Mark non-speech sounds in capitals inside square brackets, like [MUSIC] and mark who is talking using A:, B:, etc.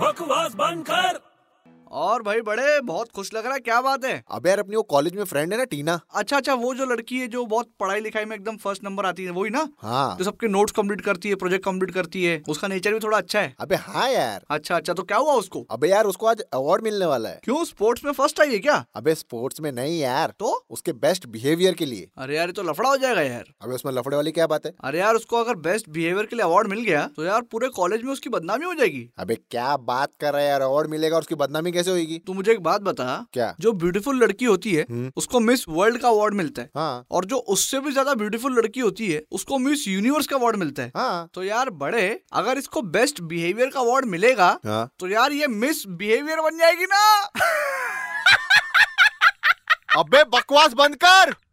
A: बकवास बंद कर
B: और भाई बड़े बहुत खुश लग रहा है क्या बात है
C: अबे यार अपनी वो कॉलेज में फ्रेंड है ना टीना
B: अच्छा अच्छा वो जो लड़की है जो बहुत पढ़ाई लिखाई में एकदम फर्स्ट नंबर आती है वही ना
C: हाँ
B: जो सबके नोट्स कंप्लीट करती है प्रोजेक्ट कंप्लीट करती है उसका नेचर भी थोड़ा अच्छा है
C: अबे हाँ यार
B: अच्छा अच्छा तो क्या हुआ उसको
C: अबे यार उसको आज अवार्ड मिलने वाला है
B: क्यों स्पोर्ट्स में फर्स्ट आई है क्या
C: अबे स्पोर्ट्स में नहीं यार
B: तो
C: उसके बेस्ट बिहेवियर के लिए
B: अरे यार ये तो लफड़ा हो जाएगा यार
C: अबे उसमें लफड़े वाली क्या बात है
B: अरे यार उसको अगर बेस्ट बिहेवियर के लिए अवार्ड मिल गया तो यार पूरे कॉलेज में उसकी बदनामी हो जाएगी
C: अबे क्या बात कर रहा है यार अवार्ड मिलेगा और उसकी बदनामी कैसे होगी
B: तू मुझे एक बात बता
C: क्या
B: जो ब्यूटीफुल लड़की होती है
C: हम्म।
B: उसको मिस वर्ल्ड का अवार्ड मिलता है
C: हाँ
B: और जो उससे भी ज्यादा ब्यूटीफुल लड़की होती है उसको मिस यूनिवर्स का अवार्ड मिलता है
C: हाँ
B: तो यार बड़े अगर इसको बेस्ट बिहेवियर का अवार्ड मिलेगा
C: हाँ
B: तो यार ये मिस [LAUGHS] बिहेवियर बन जाएगी ना
C: अबे बकवास बंद कर